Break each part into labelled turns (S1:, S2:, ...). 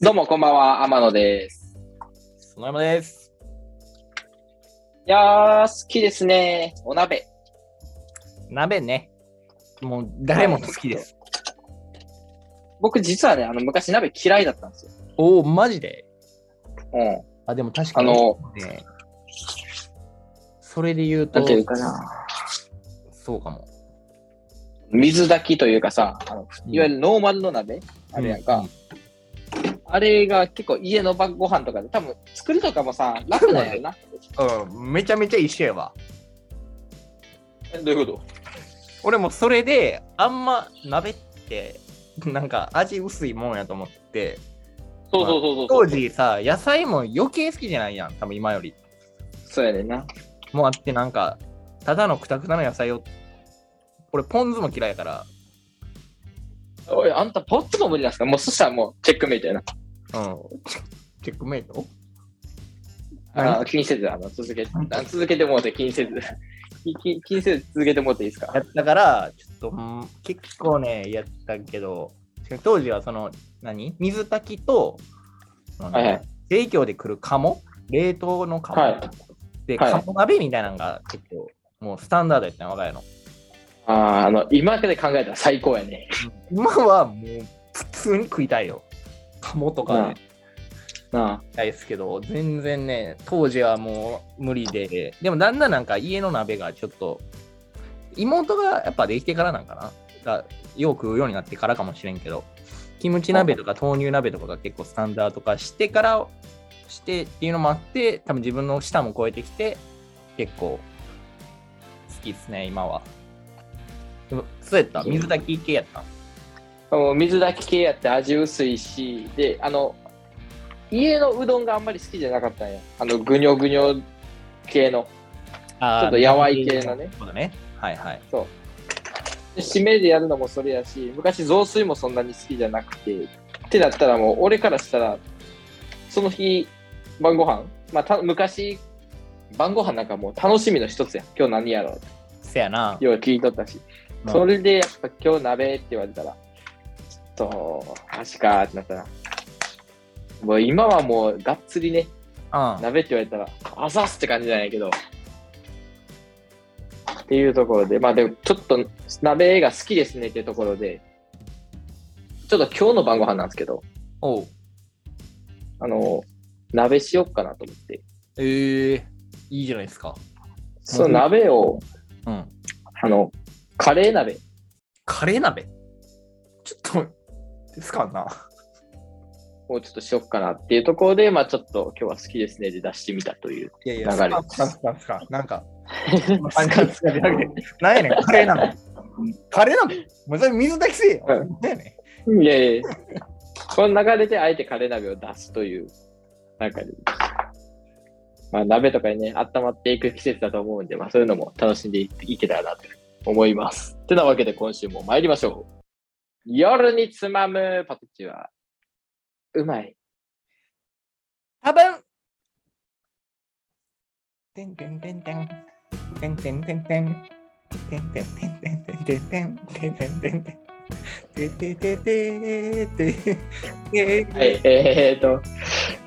S1: どうもこんばんは、天野です。
S2: 園山です。
S1: いやー、好きですね。お鍋。
S2: 鍋ね。もう誰も好きです。
S1: 僕実はね、あの、昔鍋嫌いだったんですよ。
S2: おお、マジで
S1: うん。
S2: あ、でも確かに。
S1: あの
S2: ね、それで言うと
S1: なん、ていうかな。
S2: そうかも。
S1: 水炊きというかさ、あのいわゆるノーマルの鍋、あれやんか、あれが結構家の晩ご飯とかで、多分作るとかもさ、楽なんやろな。
S2: うん、うんめちゃめちゃ一緒やわ。
S1: どういうこ
S2: 俺もそれで、あんま鍋って、なんか味薄いもんやと思って、
S1: とそうそうそうそう。
S2: 当時さ、野菜も余計好きじゃないやん、多分今より。
S1: そうやねんな。
S2: もうあって、なんか、ただのくたくたの野菜を、俺、ポン酢も嫌いやから、
S1: おい、あんたポッツも無理なんすかもうそしたらもうチェックメイトやな。
S2: うん、 チェックメイト
S1: あー気にせず、あの、続け、あ続けてもうて気にせず。 気気気にせず続けてもうていいですか
S2: やったから、ちょっと、うん結構ね、やったけど、当時はその、何水炊きと、あの
S1: はいはい
S2: 提供で来る鴨、冷凍の鴨、
S1: はい
S2: で、
S1: はい
S2: 鴨鍋みたいなのが結構、もうスタンダードやったの、我が家の。
S1: ああ、あの、今で考えたら最高やね。
S2: 今はもう、普通に食いたいよ。鴨とか
S1: うん
S2: ね、
S1: な
S2: たいですけど、全然ね、当時はもう無理で、でもだんだんなんか家の鍋がちょっと、妹がやっぱできてからなんかな。がよく食うようになってからかもしれんけど、キムチ鍋とか豆乳鍋とかが結構スタンダード化してからしてっていうのもあって、多分自分の舌も超えてきて、結構好きですね、今は。でもそうやった水炊き系やった
S1: あ。もう水炊き系やって味薄いし、で、あの、家のうどんがあんまり好きじゃなかったんや。あの、ぐにょぐにょ系の。
S2: あー
S1: ちょっとやわい系のね。
S2: そうだね。はいはい。
S1: で締めでやるのもそれやし、昔雑炊もそんなに好きじゃなくて、ってなったらもう、俺からしたら、その日、晩ご飯まあ、た昔、晩ご飯なんかもう楽しみの一つや。今日何やろうって
S2: せやな。
S1: よう聞いとったし。
S2: まあ
S1: それでやっぱ今日鍋って言われたら、ちょっと、マジかーってなったな。もう今はもうがっつりね、
S2: うん
S1: 鍋って言われたら、あざすって感じじゃないけど。っていうところで、まあでもちょっと鍋が好きですねっていうところで、ちょっと今日の晩ご飯なんですけど、
S2: おう
S1: あの、鍋しよっかなと思って。
S2: ええいいじゃないですか。
S1: その鍋を、
S2: うん。
S1: あの、カレー鍋。
S2: カレー鍋ちょっと、ですかな。
S1: をちょっとしよっかなっていうところで、まあちょっと今日は好きですねで出してみたという。
S2: いやい
S1: や流れ
S2: スカスカスカ。なん か、スカスカじゃなくて、なんやねん、カレー鍋。カレー鍋もうそれ水炊きせえよ。
S1: う
S2: なんやね
S1: いやいやいやこの流れであえてカレー鍋を出すという、なんか、まあ、鍋とかにね、温まっていく季節だと思うんで、まあ、そういうのも楽しんでいいけたらなと思います。てなわけで今週も参りましょう。夜につまむパクチーは、うまい。
S2: 多分てんてんてんてん。てんてんてんてん。てんてんてんてんてんてんてんてんてんてんてん。てててててて。
S1: はい、えー、っと、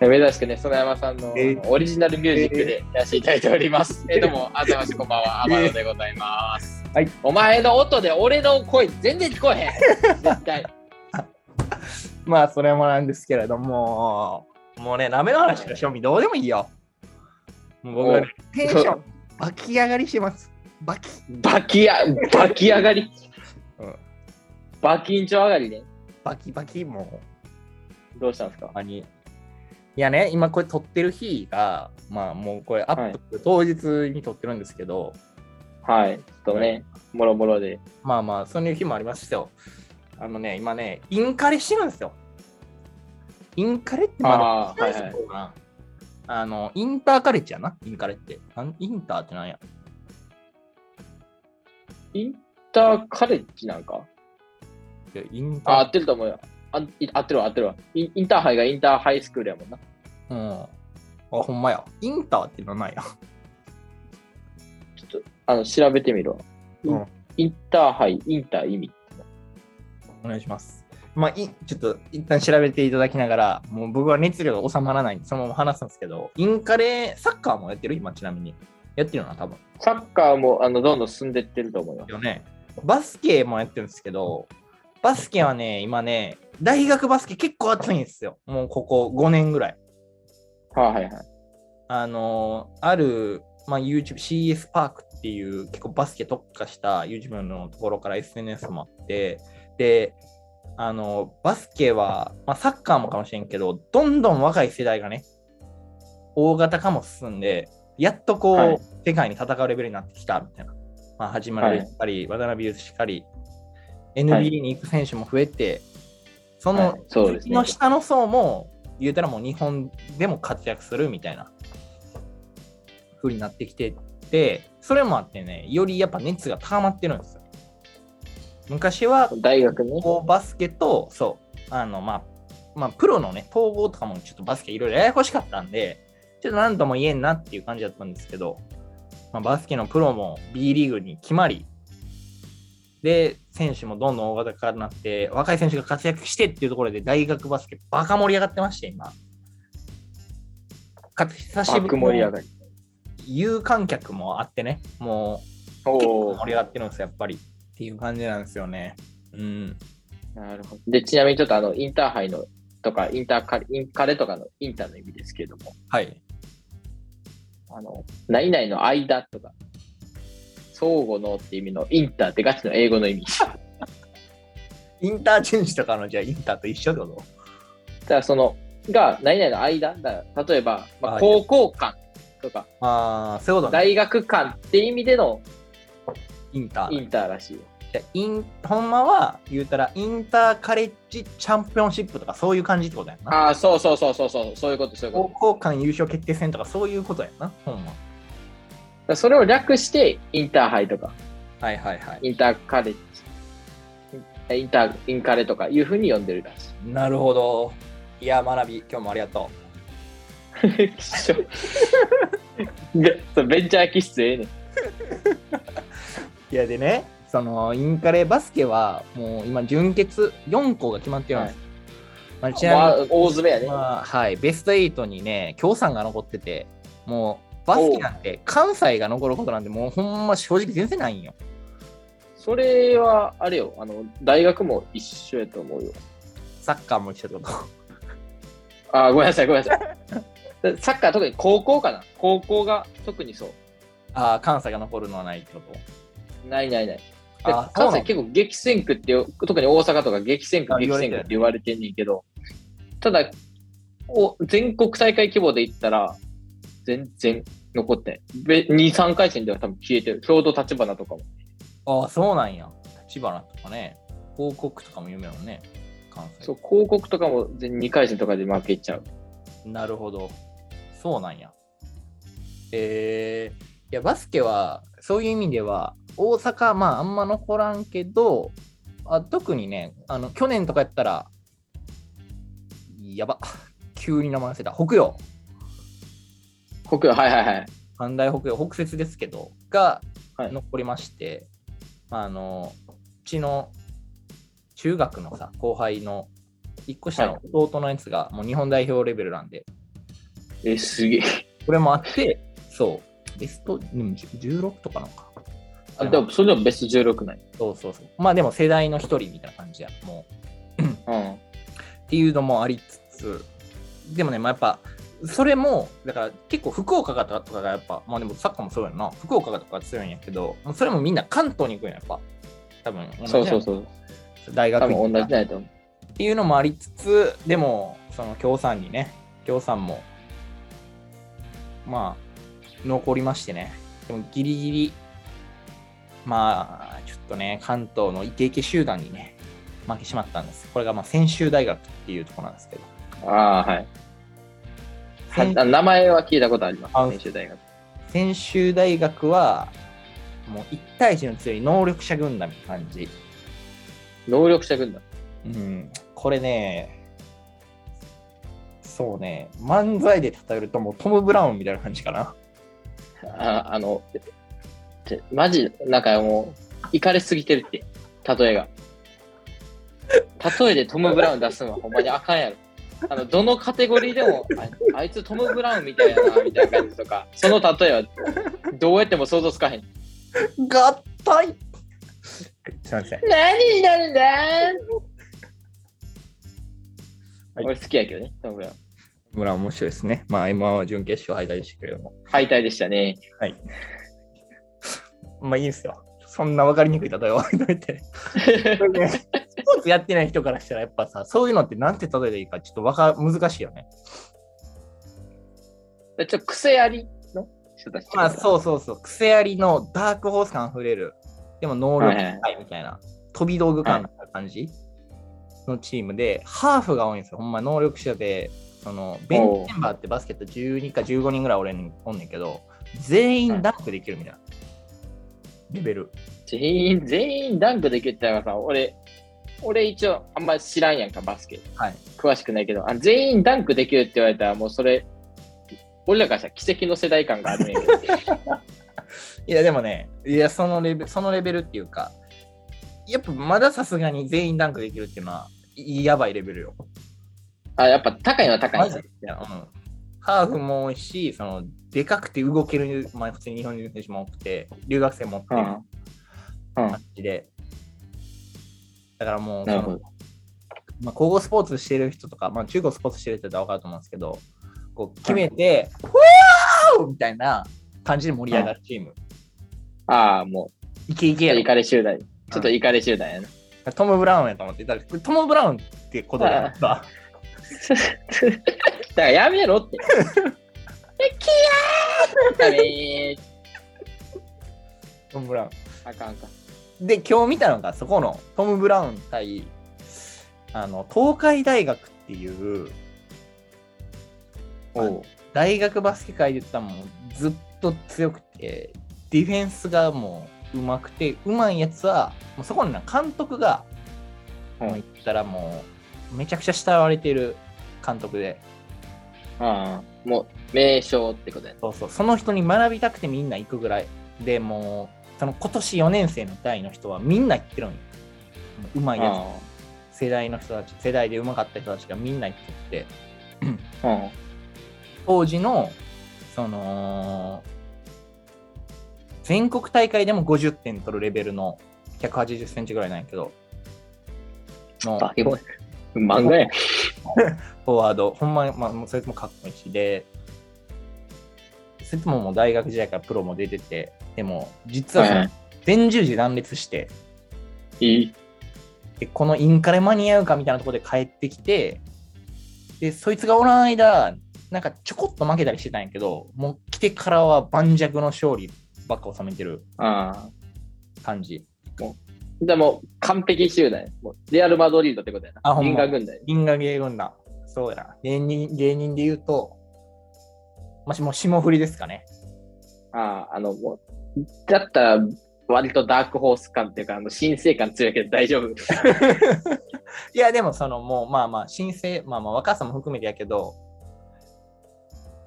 S1: 珍しくね、園山さんの
S2: えー
S1: オリジナルミュージックでやらせていただいております。えーどうも、あざましこんばん は、天野でございます。
S2: はい、
S1: お前の音で俺の声全然聞こえへん。絶対。
S2: まあ、それもなんですけれども、もうね、鍋の話の賞味どうでもいいよ。もう僕はね、テンション、バキ上がりします。バキ。
S1: バキや、バキ上がり。
S2: うん
S1: バキンチョ上がりね。
S2: バキバキ、もう、
S1: どうしたんですか
S2: ほんまに。いやね、今これ撮ってる日が、まあもうこれアップ、当日に撮ってるんですけど、
S1: はい、ちょっと
S2: は
S1: ね、もろもろで。
S2: まあまあ、そういう日もありましたよ。あのね、今ね、インカレしてるんですよ。インカレってまだ
S1: ああ、はいはい。
S2: そうかなあの、インターカレッジやな、インカレって。なんインターってなんや
S1: インターカレッジなんか
S2: いやインター
S1: あ、合ってると思うよ。あい合ってるわ、合ってるわ。インインターハイがインターハイスクールやもんな。
S2: うん。あ、ほんまや。インターってのないや。
S1: あの、調べてみろ。
S2: うん。
S1: インターハイ、インター意味。
S2: お願いします。まあ、いちょっと一旦調べていただきながら、もう僕は熱量が収まらないんで、そのまま話すんですけど、インカレ、サッカーもやってる今、ちなみに。やってるよな、多分。
S1: サッカーもあのどんどん進んでいってると思うよ。
S2: よね。バスケもやってるんですけど、バスケはね、今ね、大学バスケ結構熱いんですよ。もうここ5年ぐらい。
S1: はいはいはい。
S2: あのーある、まあ、YouTube、CS パークっていう結構バスケ特化した YouTube のところから SNS もあって、で、あのーバスケは、まあ、サッカーもかもしれんけど、どんどん若い世代がね、大型化も進んで、やっとこう、
S1: はい
S2: 世界に戦うレベルになってきたみたいな。まあ、始まる
S1: はい
S2: しっかり、渡辺優しっかり、
S1: はい
S2: NBA に行く選手も増えて、そ
S1: は
S2: の
S1: い、そうです
S2: 次
S1: ね
S2: の下の層も、言うたらもう日本でも活躍するみたいな風になってきてて、それもあってね、よりやっぱ熱が高まってるんですよ。昔は
S1: 大学ね。
S2: こうバスケと、そう、あの、まあ、まあ、プロのね、統合とかもちょっとバスケいろいろややこしかったんで、ちょっと何とも言えんなっていう感じだったんですけど、まあ、バスケのプロも B リーグに決まり、で、選手もどんどん大型化になって、若い選手が活躍してっていうところで、大学バスケ、バカ盛り上がってまして、今。かつ、久し
S1: バッ
S2: ぶ
S1: ク盛
S2: り
S1: り上
S2: に
S1: がり。
S2: 有観客もあってね、もう、結
S1: お
S2: 構
S1: お
S2: 盛。り上がってるんですよ、やっぱり。っていう感じなんですよね。うん。
S1: なるほど。で、ちなみにちょっとあの、インターハイのとか、インターカレ、インカレとかのインターの意味ですけれども、
S2: はい。
S1: あの、何々の間とか、相互のって意味のインターってガチの英語の意味。
S2: インターチェンジとかのじゃあインターと一緒ってこと
S1: だからその、が何々の間、だから例えば、まあ、
S2: あ
S1: 高校間とか、
S2: ああ、そういうことね。
S1: 大学間って意味での
S2: インター。
S1: インターらしいよ。
S2: じゃあインほんまは言うたらインターカレッジチャンピオンシップとかそういう感じってことやんな。
S1: ああ、そうそうそうそうそう、そういうこと、そういうこと
S2: 高。校間優勝決定戦とかそういうことやんな。ほんま。
S1: だからそれを略して、インターハイとか、
S2: はいはいはい。
S1: インターカレッジ、インター、インカレとかいうふうに呼んでるらしい。
S2: なるほど。いや、学び、今日もありがと
S1: きっしょでそうベンチャー気質ええねん。
S2: う。いや、でね、そのインカレバスケはもう今、準決4校が決まってるんです。まあ、ちなみに
S1: まあ、大詰めやね。
S2: まあ、はい、ベスト8にね、京さんが残ってて、もうバスケなんて関西が残ることなんて、もうほんま正直全然ないんよ。
S1: それは、あれよ、あの、大学も一緒やと思うよ。
S2: サッカーも一緒ってこと。
S1: あーごめんなさい、ごめんなさ い。サッカー特に高校かな。高校が特にそう。
S2: ああ、関西が残るのはないってこと。
S1: ないないない。で
S2: あー
S1: 関
S2: そうな
S1: 西
S2: の
S1: 結構激戦区ってよ、特に大阪とか激戦区、
S2: あ
S1: 激
S2: 言われ
S1: 戦区っ
S2: てる
S1: て言われてんねんけど、ただ、お全国大会規模で言ったら、全然残ってない。べ2、3回戦では多分消えてる。京都立花とかも。
S2: ああ、そうなんや。立花とかね、広告とかも有名やもんね、関西。
S1: そう、広告とかも全2回戦とかで負けちゃう。
S2: なるほど。そうなんや。えー、いや、バスケは、そういう意味では、大阪、まあ、あんま残らんけど、あ特にねあの、去年とかやったら、やば、 急に名前忘れた、北洋、
S1: 北洋、はいはいはい。
S2: 阪大北洋、北雪ですけど、が
S1: はい
S2: 残りまして、あの、うちの中学のさ、後輩の、一個下の弟のやつが、もう日本代表レベルなんで、
S1: え、すげえ。
S2: これもあって、そう、ベストうん16とかなのか。
S1: あでも、それでもベスト16ない。
S2: そうそうそう。まあでも世代の一人みたいな感じや、もう。
S1: うん。
S2: っていうのもありつつ、でもね、まあやっぱ、それも、だから結構福岡がとかがやっぱ、まあでもサッカーもそうやんな、福岡がとかが強いんやけど、もうそれもみんな関東に行くんや、やっぱ。多分同じ
S1: そう
S2: やん
S1: そうそう。
S2: 大学
S1: 多
S2: 院とか
S1: 分同じないと思う。
S2: っていうのもありつつ、でも、その共産にね、共産も、まあ、残りましてね、でもギリギリ、まあ、ちょっとね、関東のイケイケ集団にね、負けしまったんです。これがまあ、専修大学っていうところなんですけど、
S1: ああ、はい。
S2: 専
S1: はあ名前は聞いたことあります。
S2: あ
S1: 専修大学。
S2: 専修大学は、もう1対1の強い能力者軍団みたいな感じ。
S1: 能力者軍団。
S2: うん、これね、そうね、漫才で例えるともうトム・ブラウンみたいな感じかな。
S1: ああの、てマジ、なんかもう、いかれすぎてるって、例えが。例えでトム・ブラウン出すのはほんまにあかんやろ。あのどのカテゴリーでもああいつトム・ブラウンみたいやなみたいな感じとかその例えはどうやっても想像つかへん。
S2: 合体すいません。
S1: 何になるんだ、
S2: はい
S1: 俺好きやけどね、トム・ブラウン。
S2: 村面白いですね。まあ、M1 は準決勝敗退でしたけれども。
S1: 敗退でしたね。
S2: まあいいですよ。そんな分かりにくい例えを 置いといて。スポーツやってない人からしたら、やっぱさ、そういうのってなんて例えばいいか、ちょっとわか難しいよね。
S1: ちょっと癖ありの人たち。
S2: まあ
S1: う。
S2: そうそうそう、癖ありのダークホース感あふれる、でも能力高いみたいな、飛び道具感な感じのチームで、ハーフが多いんですよ、ほんま能力者で、そのベンチメンバーってバスケット12か15人ぐらい俺におんねんけど、全員ダンクできるみたいな。レベル。
S1: 全員、全員ダンクできるって言ったらさ、俺、俺一応あんま知らんやんか、バスケ。
S2: はい。
S1: 詳しくないけど、あ全員ダンクできるって言われたら、もうそれ、俺らからしたら奇跡の世代感があるんやけど。
S2: いやでもね、いやそのレベル、そのレベルっていうか、やっぱまださすがに全員ダンクできるっていうのは、いやばいレベルよ。
S1: あ、やっぱ高いのは高いん
S2: マ
S1: だ
S2: ジ。いや、うん。ハーフも多いし、その、でかくて動ける、まあ、普通に日本人選手も多くて、留学生も多くて、
S1: うんうん
S2: 感じで。だからもう、
S1: なるほ
S2: そのまあ、高校スポーツしてる人とか、まあ、中高スポーツしてる人だったら分かると思うんですけど、こう決めて、ふわーみたいな感じで盛り上がるチーム。
S1: ああ、も、
S2: いけいうけや
S1: イ
S2: ろ
S1: カレ集団。ちょっとイカレ集団やな。
S2: トム・ブラウンやと思って、だからトム・ブラウンってことだよ
S1: だ
S2: さ。
S1: からやめろ って。キヤーめー
S2: トム・ブラウン。
S1: あかんあかん。
S2: で、今日見たのが、そこのトム・ブラウン対、あの、東海大学っていう、
S1: おう
S2: 大学バスケ界で言ったらもうずっと強くて、ディフェンスがもう上手くて、上手いやつは、もうそこにな監督が、
S1: うん
S2: もう言ったらもう、めちゃくちゃ慕われてる監督で、
S1: ああ、もう、名称ってことや
S2: そうそう、その人に学びたくてみんな行くぐらい。でもう、その今年4年生の代の人はみんな行ってるんよ。うまい
S1: な。
S2: や
S1: あ
S2: つ、世代の人たち、世代でうまかった人たちがみんな行ってて、
S1: あうん。
S2: 当時の、その、全国大会でも50点取るレベルの180センチぐらいなんやけど、の
S1: バケモン。漫画や。
S2: フォワード、ほんまに、まあ、もうそれともかっこいいし、で、それとももう大学時代からプロも出てて、でも、実はその
S1: はい
S2: 前十字断裂して、
S1: いい。
S2: で、このインカレ間に合うかみたいなところで帰ってきて、で、そいつがおらん間、なんかちょこっと負けたりしてたんやけど、もう来てからは盤石の勝利ばっか収めてる
S1: ああ。
S2: 感じ。
S1: でも、完璧集団や。もう、レアル・マドリードってことやな。
S2: あほんま
S1: 銀河軍団や。
S2: 銀河芸軍団、そうやな。芸人芸人で言うと、まあ、もう霜降りですかね。
S1: ああ、あの、もう、だったら、割とダークホース感っていうか、あの、神聖感強いけど大丈 夫。
S2: いや、でもそのもうまあまあ、新生、まあまあ若さも含めてやけど、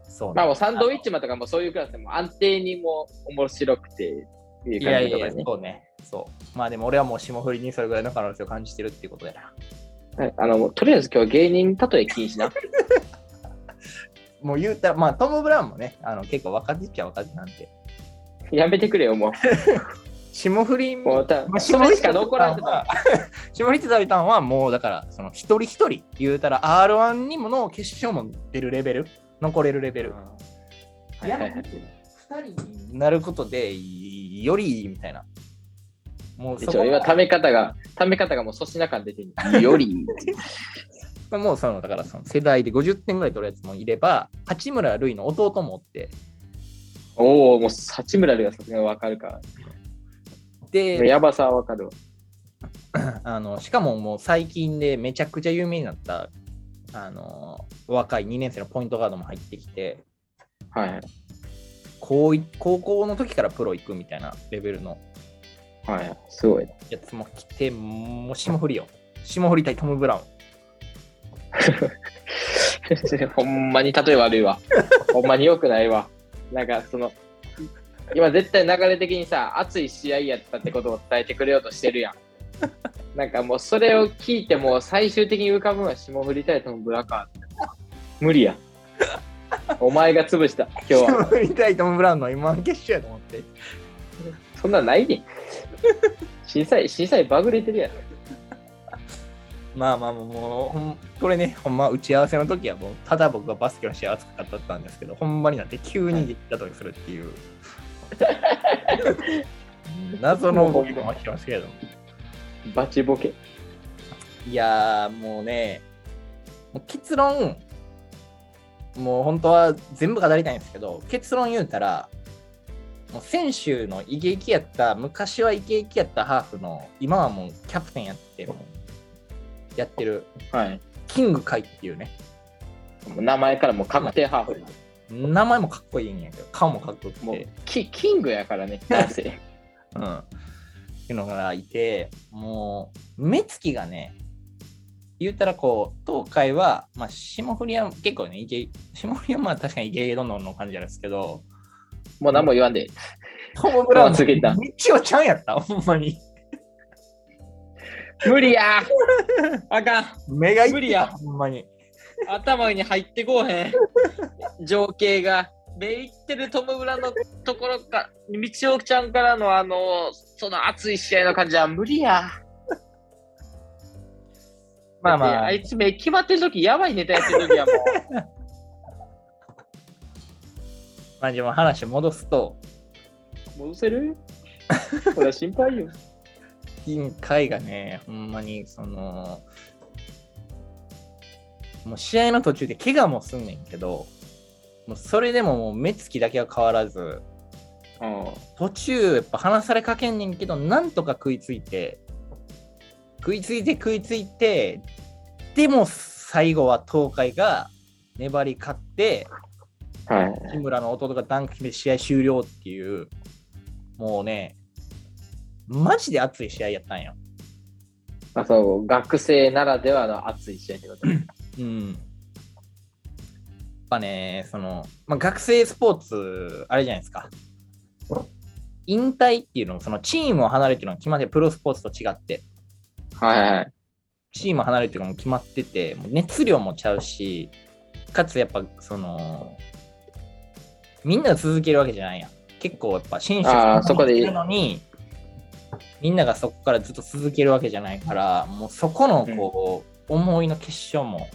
S2: そうね
S1: まあ、もうサンドウィッチマンとかもそういうクラスでも安定にも面白くて、っていう
S2: いや
S1: 感じ
S2: い
S1: と
S2: や
S1: か
S2: いや、
S1: ね。
S2: そうね。そう。まあでも俺はもう霜降りにそれぐらいの可能性を感じてるっていうことやな。
S1: はいあの、もうとりあえず今日芸人例え禁止な。
S2: もう言うたら、まあトム・ブラウンもね、あの結構若手っちゃ若手なんて。
S1: やめてくれよ、も
S2: 霜降り
S1: う。も
S2: も
S1: う、、た
S2: まあ
S1: それしか残らんけど。あ
S2: 霜降りって大胆はもうだから、その一人一人、言うたら R1 にもの決勝も出るレベル、残れるレベル。
S1: はいはいはい
S2: 2人になることで、よりいいみたいな。もう
S1: 一
S2: そこ
S1: 応、今、ため方が、ため方がもう粗品感出 てる。より、
S2: まあもうそのだからその世代で50点ぐらい取るやつもいれば八村塁の弟もおって
S1: おお、もう、八村塁はさすがにわかるから。
S2: で
S1: やばさはわかるわ。
S2: あのしかももう最近でめちゃくちゃ有名になったあの若い2年生のポイントガードも入ってきて
S1: はいはい。
S2: 高い高校の時からプロ行くみたいなレベルの
S1: はい、すごい。
S2: やつも来てもう霜降りよ霜降り対トム・ブラウン
S1: ほんまに例え悪いわ。 ほんまに良くないわ。なんかその、 今絶対流れ的にさ、熱い試合やったってことを伝えてくれようとしてるやん。なんかもうそれを聞いても最終的に浮かぶのは霜降りタイトのブラカー無理や。お前が潰した、今日 は。
S2: 霜降りタイトム・ブラウンの M−1 決勝やと思って。
S1: そんなんないねん。小さい、小さいバグれてるやろ。
S2: まあまあもうもうほん、これね、ほんま打ち合わせの時はもう、ただ僕がバスケの試合熱かったんですけど、ほんまになって急に激ったとするっていう。 謎の動きもしてますけど。
S1: バチボケ。
S2: いやーもうね、もう結論、もう本当は全部語りたいんですけど、結論言うたら、もう選手のイケイケやった、昔はイケイケやったハーフの、今はもうキャプテンやって、やってる、
S1: はい。
S2: キング会っていうね、
S1: もう名前からもう確定ハーフ。
S2: 名前もかっこいいんやけど、顔もかっこよくて、
S1: もうキキングやからね、男性。
S2: うん。っていうのがいて、もう、目つきがね、言うたらこう、東海は、まあ、霜降りは結構ね、イケ霜降りはまあ確かにイケイケどんどんの感じなんですけど、
S1: もう何も言わんで。
S2: トム・ブラウン
S1: まあつけた
S2: めっちゃちゃんやった、ほんまに。
S1: 無理やーあかん
S2: 目がいってた
S1: 無理や
S2: ほんまに。
S1: 頭に入ってこうへん。情景が。目いってるトム・ブラのところから、みちおちゃんからのあの、その熱い試合の感じは無理や。
S2: まあま
S1: だって
S2: あ、
S1: あいつ目決まってる時やばいネタやってる時はもう。
S2: まあ、でも話戻すと、
S1: 戻せるこれは心配よ。
S2: 委員会がね、ほんまに、その、もう試合の途中で怪我もすんねんけど、もうそれでももう目つきだけは変わらず、
S1: う
S2: 途中やっぱ話されかけんねんけどなんとか食いついて食いついて食いついてでも最後は東海が粘り勝って
S1: ん。はい。
S2: 木村の弟がダンク決めて試合終了っていうもうねマジで熱い試合やったんよ。
S1: まあ、そう学生ならではの熱い試合ってこと
S2: うん。やっぱね、その、まあ、学生スポーツ、あれじゃないですか。引退っていうのも、そのチームを離れてるのは決まって、プロスポーツと違って。
S1: はいはい。
S2: チーム離れてるのも決まってて、もう熱量もちゃうし、かつやっぱその、みんなが続けるわけじゃないやん。結構やっぱ新種
S1: あーそこで
S2: なのに、みんながそこからずっと続けるわけじゃないから、もうそこのこう、思いの結晶も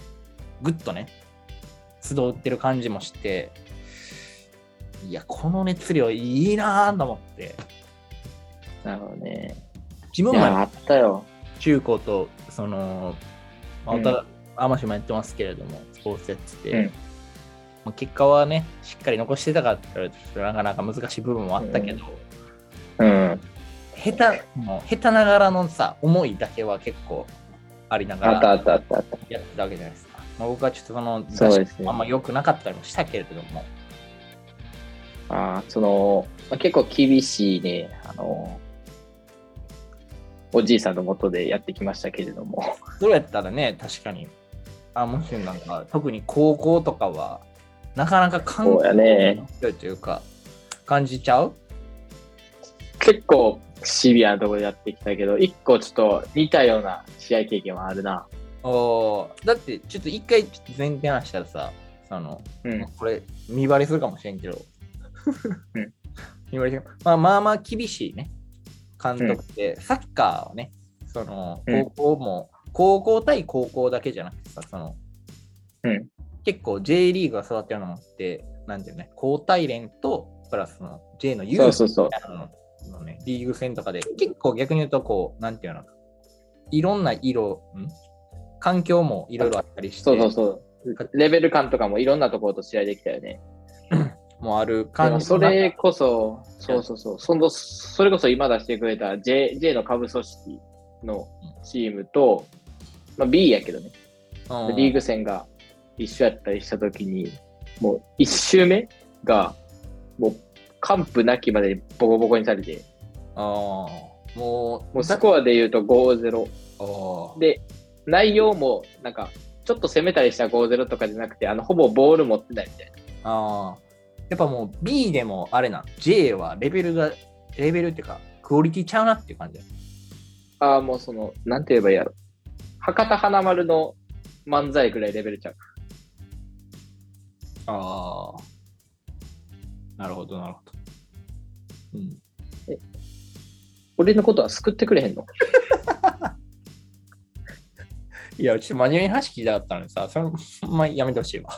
S2: ぐっとね、集ってる感じもして、いや、この熱量いいなぁと思って、
S1: なるほどね。
S2: 自分
S1: い
S2: も
S1: や、あったよ。
S2: 中高とその、まあ、
S1: うん
S2: お互い天島やってますけれども、スポーツやってて、
S1: うん
S2: まあ、結果はね、しっかり残してたかって言われるとちょっとなかなか難しい部分もあったけど、
S1: うん。
S2: 下手、もう下手ながらのさ、思いだけは結構ありなが
S1: あったあ
S2: ら
S1: ったあったあった。
S2: やってたわけじゃないですか。まあ、僕はちょっとその、
S1: そうですね
S2: あんま良くなかったりもしたけれども、
S1: あーその、まあ、結構厳しいね、あの、おじいさんのもとでやってきましたけれど も、
S2: そうやったらね、確かに、あもしなんか、特に高校とかは、なかなか感
S1: そうやね
S2: 強いというか、感じちゃう
S1: 結構シビアなところでやってきたけど、一個ちょっと似たような試合経験はあるな。
S2: おーだってちょっと一回ちょっと前提話したらさその、
S1: うん。
S2: これ見バレするかもしれんけど、
S1: うん
S2: 見バレするまあまあまあ厳しいね監督って、サッカーはねその
S1: うん
S2: 高校も、高校対高校だけじゃなくてさその、
S1: うん
S2: 結構 J リーグが育てるのってなんていうのね高体連とプラスの J の U
S1: そうそうそう。
S2: あののね、リーグ戦とかで、結構逆に言うと、こう、なんていうの、いろんな色、ん環境もいろいろあったりして、
S1: そうそうそう。レベル感とかもいろんなところと試合できたよね。
S2: もうあ
S1: で
S2: る感
S1: も
S2: じ
S1: そ
S2: の中
S1: れこそ、そうそうそう、そのそれこそ今出してくれた J, J の下部組織のチームと、まあ、B やけどね、
S2: うん
S1: リーグ戦が一緒やったりしたときに、もう一周目が、もう完膚なきまでにボコボコにされて、
S2: あーもう、
S1: もうスコアで言うと5-0。
S2: あー
S1: で、内容もなんか、ちょっと攻めたりした5-0とかじゃなくて、あのほぼボール持ってないみたいな。
S2: あーやっぱもう B でもあれなん、J はレベルが、レベルっていうか、クオリティちゃうなっていう感じだ
S1: ああ、もうその、なんて言えばいいやろ。博多華丸の漫才ぐらいレベルちゃう。
S2: ああ。なるほど、なるほど。うん。
S1: 俺のことは救ってくれへんの
S2: いや、ちょっと真面目に話聞きたかったのにさ、それ、ほんまやめてほしいわ。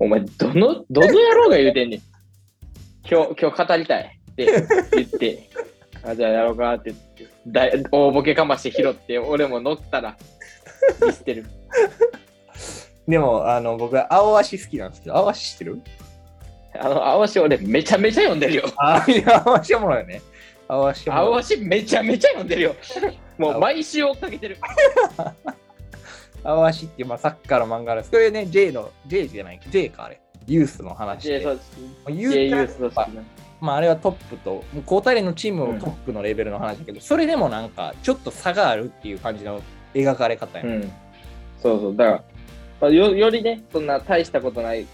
S1: お前、どの、どの野郎が言うてんねん。今日、今日語りたいって言って、 あ、じゃあやろうかって言ってだい、大ボケかまして拾って、俺も乗ったら、見捨てる。
S2: でも、あの、僕は青足好きなんですけど、青足知ってる
S1: あの、青足俺めちゃめちゃ読んでる よ。
S2: ああ、いや、青足おもろいよね。青足おもろい
S1: 青足めちゃめちゃ読んでるよ。もう毎週追っかけてる。
S2: アワシっていう、まあ、サッカーの漫画です。これね、J の、J じゃない、J か、あれ。ユースの話
S1: で
S2: で。
S1: そ
S2: も
S1: う
S2: う
S1: J ユ
S2: 言う
S1: ー
S2: た
S1: スの好きな。
S2: まあ、あれはトップと、もう交代連のチームのトップのレベルの話だけど、それでもなんか、ちょっと差があるっていう感じの描かれ方や
S1: う
S2: ね、
S1: ん。そうそう。だから、まあ、よよりね、そんな大したことない、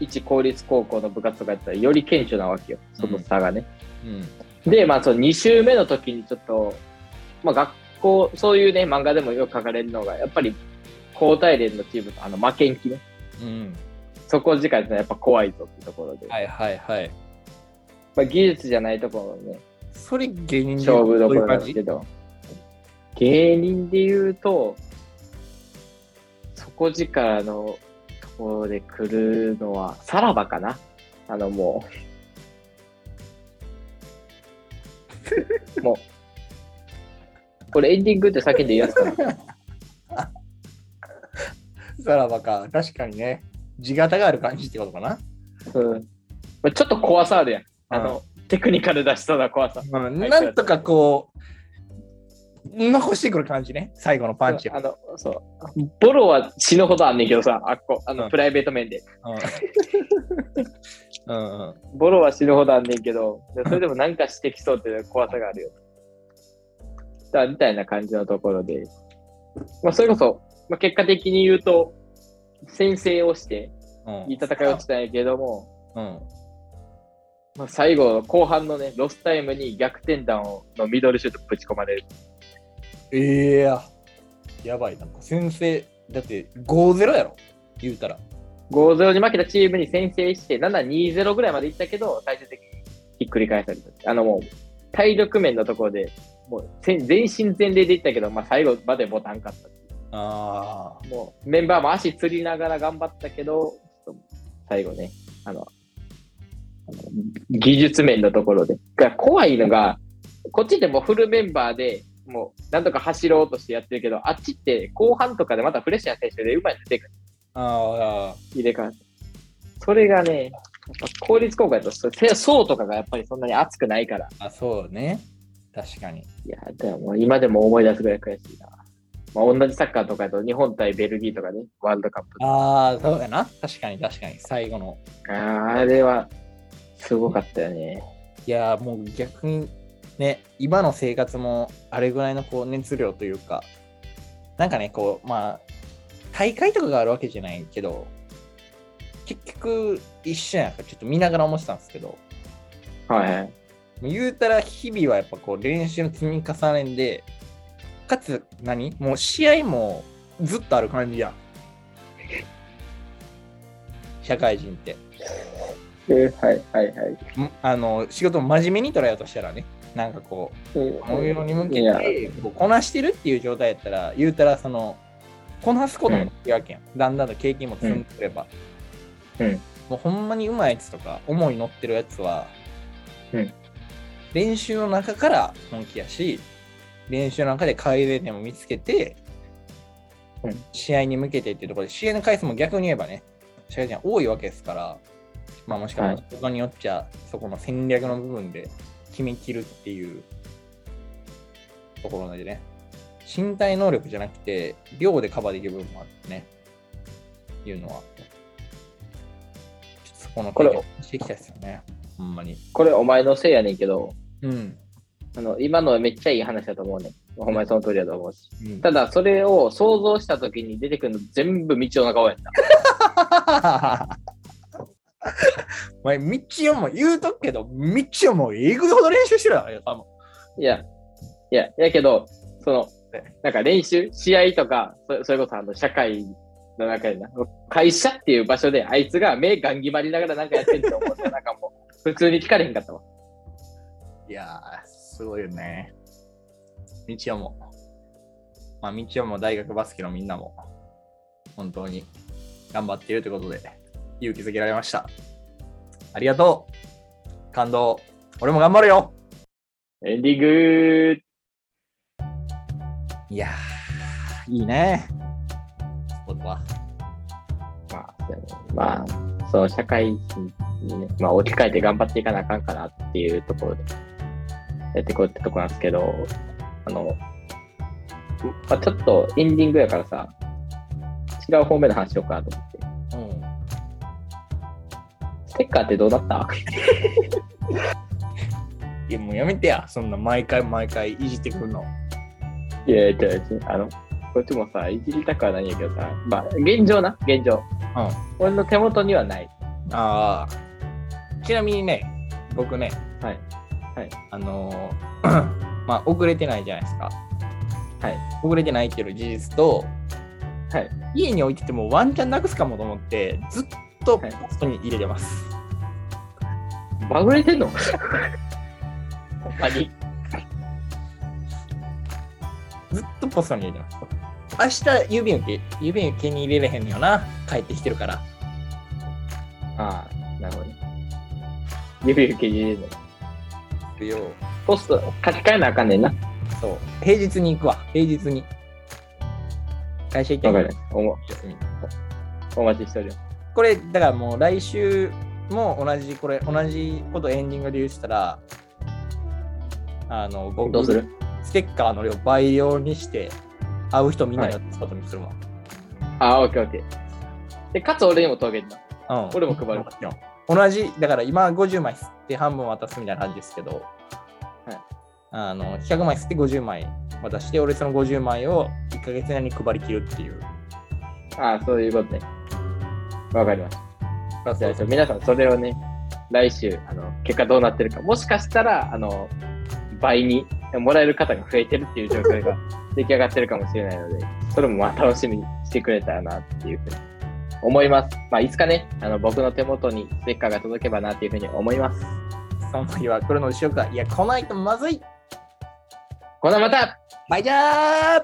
S1: 一公立高校の部活とかやったら、より顕著なわけよ。その差がね。
S2: うん。
S1: で、まあ、その2週目の時にちょっと、まあ、学校、そういうね、漫画でもよく書かれるのが、やっぱり、交代連のチームと、あの、負けん気ね。
S2: うん。
S1: そこ自体ってのはやっぱ怖いぞってところで。
S2: はいはいはい。
S1: まあ、技術じゃないところのね、
S2: それ、芸人
S1: 勝負どころなんです
S2: で
S1: けど、芸人で言うと、底力のところで来るのは、さらばかな。あの、も う。もう。これエンディングって叫んでいいやつ かな
S2: さらばか、確かにね、地形がある感じってことかな。
S1: うんまあ、ちょっと怖さあるやん。あの、テクニカル出しそうな怖さ。
S2: まあ、なんとかこう、残してくる感じね、最後のパンチ
S1: あの、そう。ボロは死ぬほどあんねんけどさ、あっこ、あの、
S2: うん
S1: プライベート面で。
S2: うんうんうん。
S1: ボロは死ぬほどあんねんけど、それでもなんかしてきそうっていう怖さがあるよ。だみたいな感じのところで。まあ、それこそ、まあ、結果的に言うと、先制をして、
S2: うん
S1: いい戦いをしたんやけども、
S2: うん。
S1: まあ、最後、後半のね、ロスタイムに逆転弾をのミドルシュートぶち込まれる。
S2: ええや。やばい、なんか先生、だって5-0やろ、言うたら。
S1: 5-0に負けたチームに先制して、7-2-0ぐらいまでいったけど、最終的にひっくり返された。あのもう、体力面のところで、もう全全身全霊でいったけど、まあ、最後までボタンかった。
S2: あ
S1: もうメンバーも足つりながら頑張ったけど、ちょっと最後ね、あの、あの技術面のところで。が怖いのが、こっちでもうフルメンバーで、もうなんとか走ろうとしてやってるけど、あっちって後半とかでまたフレッシュな選手でうまい出てくる
S2: あ。ああ。
S1: 入れ替わって。それがね、やっぱ効率効果だと、そせ層とかがやっぱりそんなに熱くないから。
S2: あ、そうね。確かに。
S1: いや、でももう今でも思い出すぐらい悔しいな。まあ、同じサッカーとかだと日本対ベルギーとかね、ワールドカップ
S2: ああ、そうやな。確かに、確かに。最後の。
S1: あーあれはすごかったよね。
S2: いやー、もう逆に、ね、今の生活もあれぐらいのこう熱量というか、なんかね、こう、まあ、大会とかがあるわけじゃないけど、結局、一緒やんか、ちょっと見ながら思ってたんですけど、
S1: はいはい。
S2: 言うたら日々はやっぱこう練習の積み重ねでかつ何もう試合もずっとある感じやん社会人って
S1: はいはいはい。
S2: んあの仕事を真面目に捉えようとしたらねなんかこう模様に向け
S1: いや
S2: てこうこなしてるっていう状態やったら言うたらそのこなすこともできるわけやん、だんだんと経験も積んでくれば、
S1: うんうん
S2: もうほんまにうまいやつとか思い乗ってるやつは、
S1: うん
S2: 練習の中から本気やし練習の中で改善点も見つけて、
S1: うん
S2: 試合に向けてっていうところで試合の回数も逆に言えばね試合じゃ多いわけですから、まあ、もしかしたら他によっちゃそこの戦略の部分で決めきるっていうところなんでね身体能力じゃなくて量でカバーできる部分もあってねいうのはちょっとそこの
S1: これ
S2: 経験していきたいですよねほんまに
S1: これお前のせいやねんけど、
S2: うん、
S1: あの今のめっちゃいい話だと思うねん。お前その通りだと思うし。
S2: うん、
S1: ただそれを想像した時に出てくるの全部道の顔やった。
S2: お前、道をも言うとくけど、道をもうえぐいほど練習してるわよ、多分
S1: いや、いや、やけど、その
S2: ね、
S1: なんか練習、試合とか、そそれこそあの社会の中でな、会社っていう場所で、あいつが目がんぎまりながらなんかやってると思ったなんかもう、普通に聞かれへんかった わ。
S2: いやー、すごいよね。みちおも。まあ、みちおも大学バスケのみんなも、本当に頑張っているということで、勇気づけられました。ありがとう感動俺も頑張るよ
S1: エンディング
S2: いやー、いいね。言葉。
S1: まあ、でもまあ、その社会に、ね、まあ、置き換えて頑張っていかなあかんかなっていうところで、やっていこうってとこなんですけど、あの、まあ、ちょっとエンディングやからさ、違う方面の話しようかなと思って。
S2: うん。
S1: ステッカーってどうだった
S2: いや、もうやめてや。そんな毎回毎回いじってくるの。
S1: いやいや、違うあの、こっちもさ、いじりたくはないんやけどさ、まあ、現状な、現状。
S2: うん。
S1: 俺の手元にはない。
S2: ああ。ちなみにね、僕ね、
S1: はい。はい。
S2: あのー まあ、遅れてないじゃないですか。
S1: はい。
S2: 遅れてないっていう事実と、
S1: はい。
S2: 家に置いててもワンチャンなくすかもと思って、ずっとポストに入れてます。
S1: バグれてんの ほんまに。
S2: ずっとポストに入れてます。明日、郵便受け、郵便受けに入れれへんのよな。帰ってきてるから。
S1: ああ、なるほどね。指受け入れるの。
S2: よ
S1: ポスト書き換えなあかんねんな。
S2: そう。平日に行くわ。平日に。会社行って
S1: わ
S2: も
S1: か
S2: いい
S1: る。おも
S2: 休み
S1: お待ちしております。
S2: これだからもう来週も同じこれ同じことエンディングで言ってたらあの僕
S1: どうする
S2: ステッカーの量倍量にして会う人みんなにやってことにするわ、
S1: ああ、オッケーオッケー。で、かつ俺にも届けてな。
S2: うん
S1: 俺も配る
S2: 同じだから今50枚吸って半分渡すみたいな感じですけど、
S1: はい
S2: あの100枚吸って50枚渡して俺その50枚を1ヶ月以内に配り切るっていう
S1: ああ、そういうことね。わかりました。じゃあ、
S2: う
S1: 皆さんそれをね、来週、あの、結果どうなってるか。もしかしたら、あの、倍にもらえる方が増えてるっていう状況が出来上がってるかもしれないので、それもまあ楽しみにしてくれたらなっていうふうに思います。まあ、いつかね、あの、僕の手元にステッカーが届けばなっていうふうに思います。
S2: その時は来るのでしょうかいや来ないとまずい
S1: このまた
S2: バイじゃ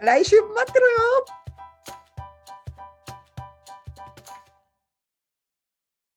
S2: ー来週待ってろよ